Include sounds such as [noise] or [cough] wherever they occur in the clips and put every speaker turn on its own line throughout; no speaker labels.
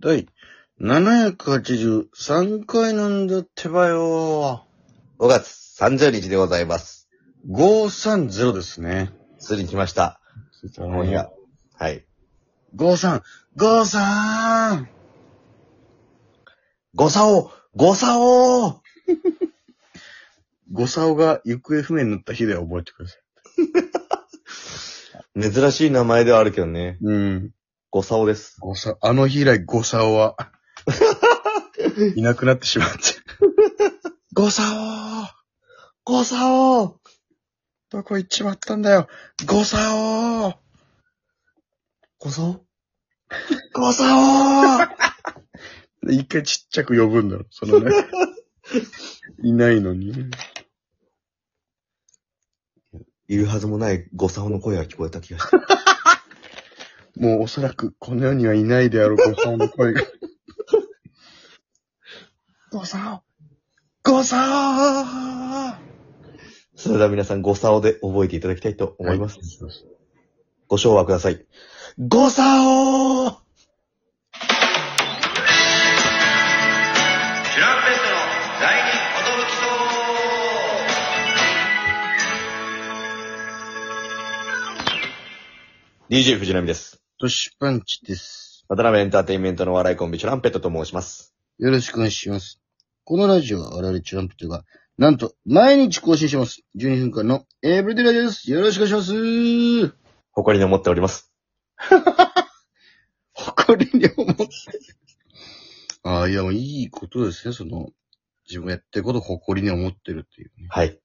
第783回なんだってばよ
5月30日でございます。
ー。530ですね。
ついに来ました。もういや。はい。
53、53!
ごさおごさお
五竿が行方不明になった日では覚えてください。
珍しい名前ではあるけどね。
うん。
ごさおです。
五竿、あの日以来五竿 [laughs] は、いなくなってしまって。五竿
ごさお
どこ行っちまったんだよ五竿
ごさおごさ
[laughs] 一回ちっちゃく呼ぶんだろ、その [laughs] ね。いないのに。
おいるはずもないごさおの声が聞こえた気がした。
もうおそらくこの世にはいないであろう、ごさんの声 [laughs] が。ごさんごさん
それでは皆さんごさおで覚えていただきたいと思います。ご唱和ください。ごさお
キュランペットの第二驚きそう
ー !DJ 藤波です。
トシパンチです。
渡辺エンターテインメントの笑いコンビ、チュランペットと申します。
よろしくお願いします。このラジオは我々チュランペットが、なんと、毎日更新します。12分間のエブリデイラジオです。よろしくお願いします。
誇りに思っております。
誇りに思って。 [laughs] ああ、いや、もういいことですね、その、自分やってることを誇りに思ってるっていうね。
はい。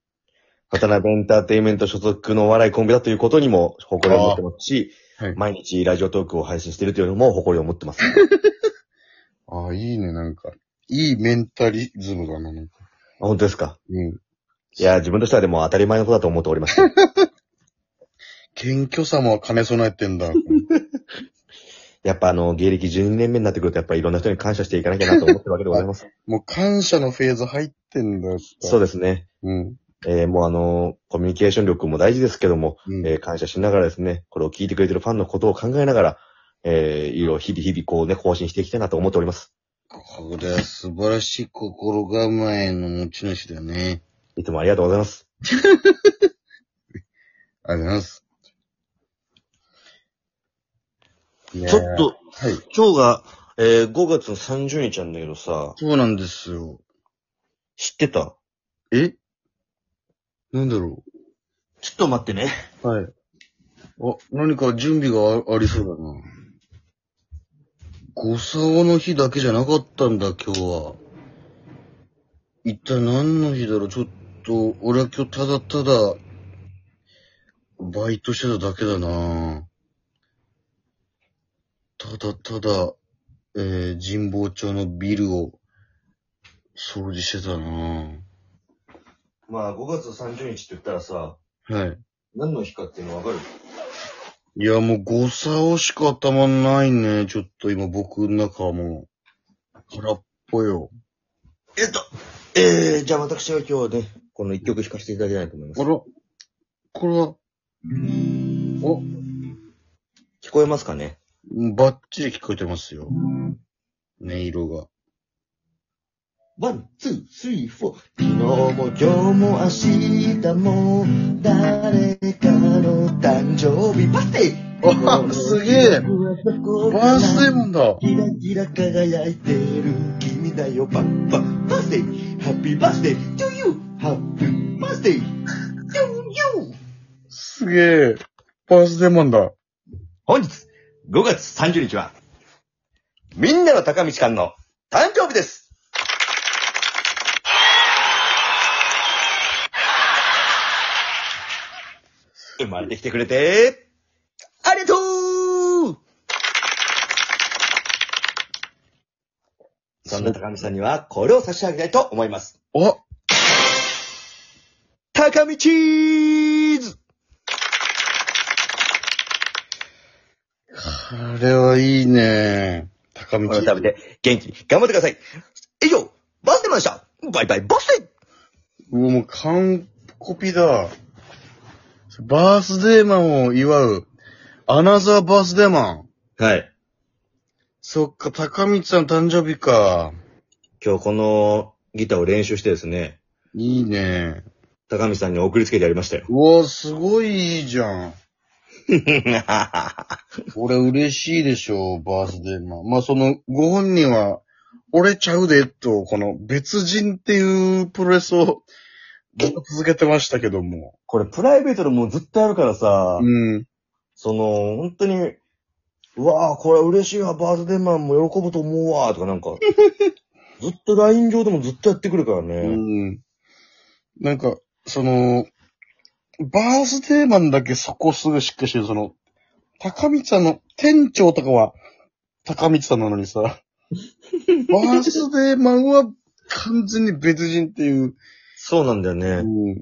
渡辺エンターテインメント所属のお笑いコンビだということにも誇りを持ってますし、
あーはい
毎日ラジオトークを配信しているというのも誇りを持ってます。
ああ、いいね、なんか。いいメンタリズムだな、なんか。
あ本当ですか
うん。
いや、自分としてはでも当たり前のことだと思っております。 [laughs]
謙虚さも兼ね備えてんだ。 [laughs]
やっぱあの、芸歴12年目になってくると、やっぱいろんな人に感謝していかなきゃなと思ってるわけでございます。
もう感謝のフェーズ入ってんだよ。
[laughs] そう
だ。
ですね。
うん。
えーもうあの、コミュニケーション力も大事ですけども、
うん
えー感謝しながらですね、これを聞いてくれてるファンのことを考えながら、えー、いろいろ日々日々こうね、更新していきたいなと思っております。
これは素晴らしい心構えの持ち主だね。
いつもありがとうございます。
ありがとうございます。いやー
ちょっ。と、
はい。
今日が、えー、5月の30日なんだけどさ、
そうなんですよ。
知ってた
えなんだろ
ちょっと待ってね。
う。はい。あ、何か準備があありそうだな。五沢の日だけじゃなかったんだ、今日は。一体何の日だろうちょっと、俺は今日ただただ、バイトしてただけだなただただ、えー、神保町のビルを、掃除してたな
まあ、5月の30日って言ったらさ、
はい。
何の日かっていうのわかる
いや、もう誤差をしか頭ないね。ちょっと今僕の中はもう、空っぽよ。
えっと、えー、じゃあ私は今日ね、この一曲弾かせていただきたいと思いま
あ
す
ら、。これは、お、
聞こえますかね
バッチリ聞こえてますよ。音色が。
ワン、ツー、スリー、フォー。昨日も今日も明日も、誰かの誕生日、バースデ
わあすげえバースデーマンだ
キラキラ輝いてる君だよ、パッパ。バースデー、ハッピーバースデー、トゥユー、ハッピーバース [laughs] デー、トゥユー。
すげえ。バースデーマンだ。
本日、5月30日は、みんなの高道館の誕生日です。生まれてきてくれて、ありがとうそんな高道さんには、これを差し上げたいと思います。
あ、
高道チーズ
これはいいね。高道。
これを食べて、元気に頑張ってください。以上、バースデーマンでした。バイバイ、バースデー
うわ、もう完コピだ。バースデーマンを祝う、アナザーバースデーマン。
はい。
そっか、高光さん誕生日か。
今日このギターを練習してですね、
いいね。
高見さんに送りつけてやりましたよ。
うわ、すごいいいじゃん。俺嬉しいでしょう、バースデーマン。まあ、その、ご本人は、俺ちゃうで、と、この、別人っていうプロレスを、ずっと続けてましたけども。
[laughs] これプライベートでもうずっとやるからさ、
うん。
その、本当に、うわあ、これ嬉しいわ、バースデーマンも喜ぶと思うわ、とかなん [laughs] か、ずっと LINE 上でもずっとやってくるからね。
うん。なんか、その、バースデーマンだけそこすぐしっかりしてる、その、高光さんの、店長とかは、高光さんなのにさ、バースデーマンは完全に別人っていう。
そうなんだよ
う
ね。
ん、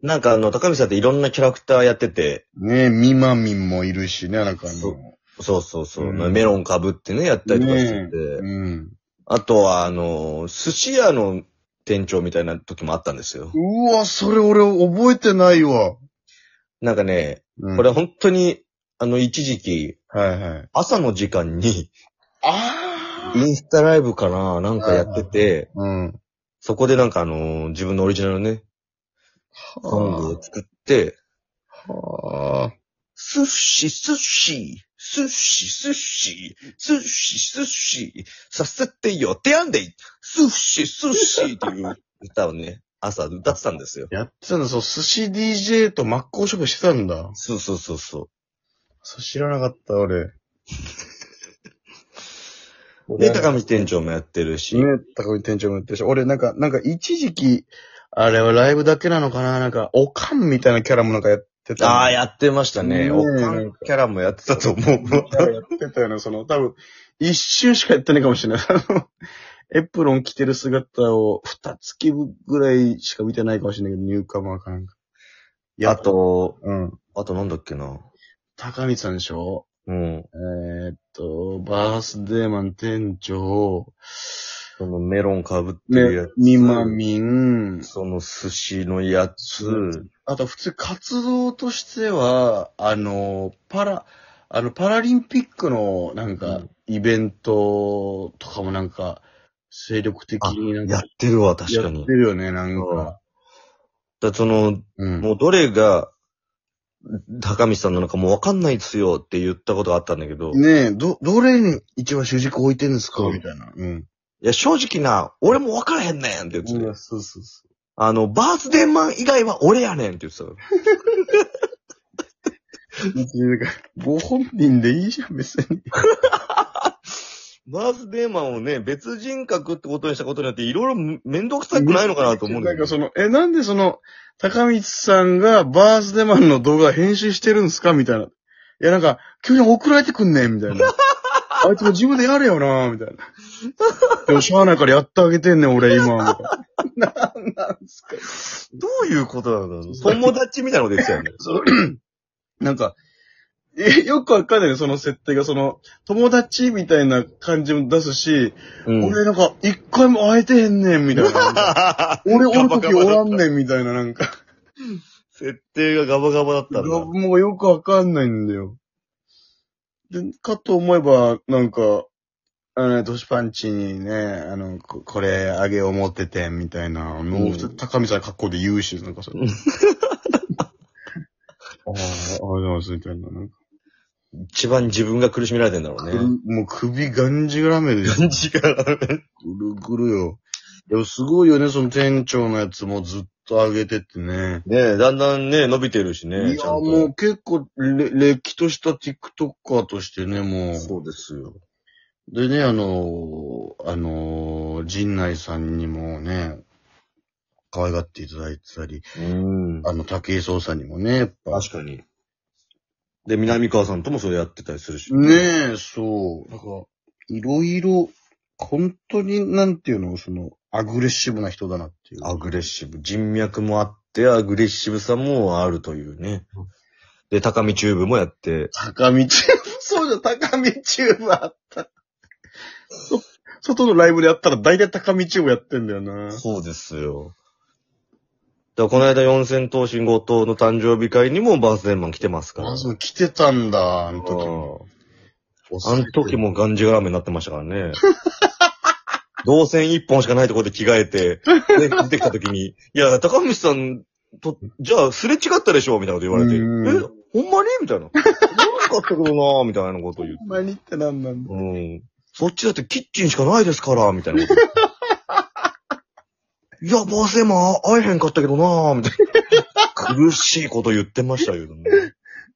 なんかあの、高見さんっていろんなキャラクターやってて、
ねえ、みまみんもいるしね、なんかあ
そう
の、
そうそうそう、
うん
メロン被ってね、やったりとかしてて、
うん。
あとはあの、寿司屋の店長みたいな時もあったんですよ。
うわ、それ俺覚えてないわ。
なんかね、
うん、
これ本当に、あの、一時期、
はいはい。
朝の時間に、
あ
インスタライブかななんかやってて、
うん。
そこでなんかあのー自分のオリジナルのね、ソングを作って、
ああ。
寿司、寿司、寿司、寿司、寿司、寿司、させてよ、手やんでい寿司、寿司っていう歌をね、朝歌ってたんですよ。
やってたんだ、そう、寿司 DJ と真っ向勝負してたんだ。
そうそうそうそ
そう、知らなかった、
[laughs]
俺。
う。で、高見店長もやってるし、
ね、高見店長も言ってるし、俺なんか、なんか一時期、あれはライブだけなのかななんか、おかんみたいなキャラもなんかやってた。
ああ、やってましたね。
ねえ
おかんキャラもやってたと思う。
キ [laughs] ャラやってたよね、その、多分、一周しかやってないかもしれない。あの、エプロン着てる姿を二月ぐらいしか見てないかもしれないけど、ニューカマーかなんか。
あ、と、
うん。
あとなんだっけな。
高見さんでしょ
うん。
えーっと、バースデーマン店長、
そのメロン被ってるや
ね
つ。、
みまみん、
その寿司のやつ、
あと普通活動としては、あの、パラ、あの、パラリンピックのなん
う
か
ん、
イベントとかもなんか、精力的になん
やっ
か、
てるわ、確
や
か
っ
に
て。るよね、なんか。
だその、
うん。
もうどれが、高見さんなのかもうわかんないっすよって言ったことがあったんだけど、い
ねえ、ど、どれに一番主軸置いてんですかみたいな。うん。
や、正直な、俺もわからへんねんって言ってたよ
そうそうそ
あの、バースデーマン以外は俺やねんって言ってたよ
う。ご本人でいいじゃん、別に。
バースデーマンをね、別人格ってことにしたことによって、いろいろめめんどくさくないのかなと思うんだ
なん
け
か
ど。
その、え、なんでその、高光さんがバースデーマンの動画編集してるんすかみたいな。いや、なんか、急に送られてくんねんみた
[laughs]
いな。あいつも自分でやれよなみたいな。でも、しゃあないからやってあげてんねん、俺、今。みたいななんなんすか
どういうことなの友達みたいなこと言ってたよね。
そのなんか、え、よくわかんないよ、その設定が。その、友達みたいな感じも出すし、 [laughs]
うん。
[laughs] 俺なんか、一回も会えてへんねん、みたい
[laughs]
な。俺、俺の時おらんねん、みたいな、なんか。
設定がガバガバだったんだ。
もうよくわかんないんだよ。で、かと思えば、なんか、あの、年パンチにね、あの、ここれ、あげを持ってて、みたいなのを、
うん
普通高見さん格好で言うし、なんかそれ。 [laughs]
うん
ああ、ありがとうございます、みたいな。なんか
一番自分が苦しめられてんだろう
くる
[laughs] ね。
もう首がんじがらめで、ぐ
感じが。
るぐるよ。でもすごいよね、その店長のやつもずっとあげてってね。
ねえ、だんだんね、伸びてるし
い
ね、ち
や、
ゃ
も
んと。
う結構れ、れっきとした TikToker としてね、もう。
うですよ。
でね、あのー、あのー、陣内さんにもね、可愛がっていただいてたり、
うん。
あの、武井壮さんにもね、やっぱ。
確かに。で、南川さんともそれやってたりするし。
ねえ、そう。なんか、いろいろ、本当に、なんていうの、その、アグレッシブな人だなっていう。
アグレッシブ。人脈もあって、アグレッシブさもあるというね。で、高見チューブもやって。
高見チューブ、 [laughs] そうじゃん、高見チューブあった。そ外のライブでやったら大体高見チューブやってんだよな。
そうですよ。だからこの間四千頭身後藤の誕生日会にもバースデーマン来てますから。
あ、そう、来てたんだ、あの時も。
うあの時もがんじがらめになってましたか
[laughs]
らね。動線一本しかないところで着替えて、で、出てきた時に、いや、高橋さんと、じゃあ、すれ違ったでしょみたいなこと言われて、え、
うん
ほんまにみたいな。なんかあったけどなみたいなこと言って。
[laughs] 前にってなんなんだ。
うん。そっちだってキッチンしかないですから、みたいなこと。 [laughs] いや、ボスも会えへんかったけどなみたいな。苦しいこと言ってましたけどね。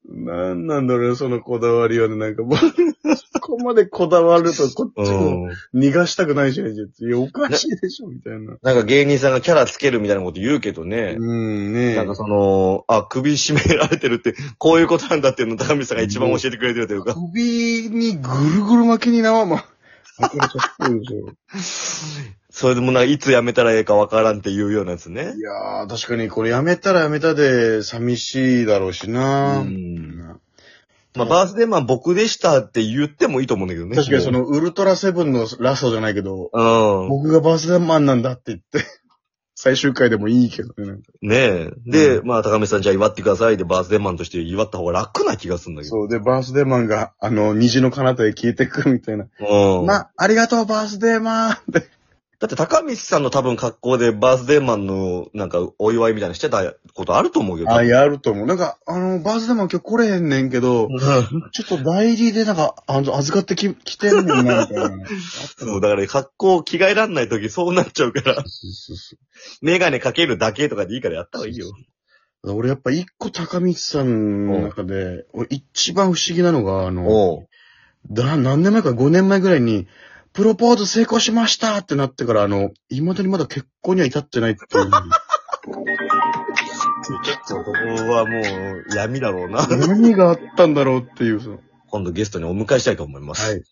なんなんだろうね、そのこだわりはね、なんかもう、そこまでこだわると、こっちも
うん。
逃がしたくないしね、いや、おかしいでしょ、みたいな。
なんか芸人さんがキャラつけるみたいなこと言うけどね。
うん、ねえ
なんかその、あ、首絞められてるって、こういうことなんだっていうのを高見さんが一番教えてくれてるというか、
首にぐるぐる巻きに縄も、巻かれちゃってるでしょ。
[laughs] それでもなんかいつやめたらええかわからんっていうようなやつね
[laughs] い。やー、確かにこれやめたらやめたで寂しいだろうしな、
うんまあ、バースデーマン僕でしたって言ってもいいと思うんだけどね。
確かにその、ウルトラセブンのラストじゃないけど、
うん。
僕がバースデーマンなんだって言って、最終回でもいいけどね。
ねえ。で、
う
まあ、高見さんじゃあ祝ってくださいで、バースデーマンとして祝った方が楽な気がするんだけど。
そう、で、バースデーマンが、あの、虹の彼方へ消えてくみたいな。
うん。
ま、ありがとう、バースデーマンって。
だって、高見さんの多分格好でバースデーマンの、なんか、お祝いみたいなのしてたことあると思うけど。
あ、やると思う。なんか、あの、バースデーマン今日来れへんねんけど、ちょっと代理でなんか、あの、預かってき、来てんねんな、みたいな。
そう、だから、格好着替えらんないとき [laughs] そうなっちゃうから、メガネかけるだけとかでいいからやった方がいいよ。
俺やっぱ一個高道さんの中で、俺一番不思議なのが、あの、
おう
だ、何年前か5年前ぐらいに、プロポーズ成功しましたってなってから、あの、未だにまだ結婚には至ってないって
[laughs]
いう。
そうここはもう、闇だろうな。
何があったんだろうっていう、その。
今度ゲストにお迎えしたいと思います。
はい。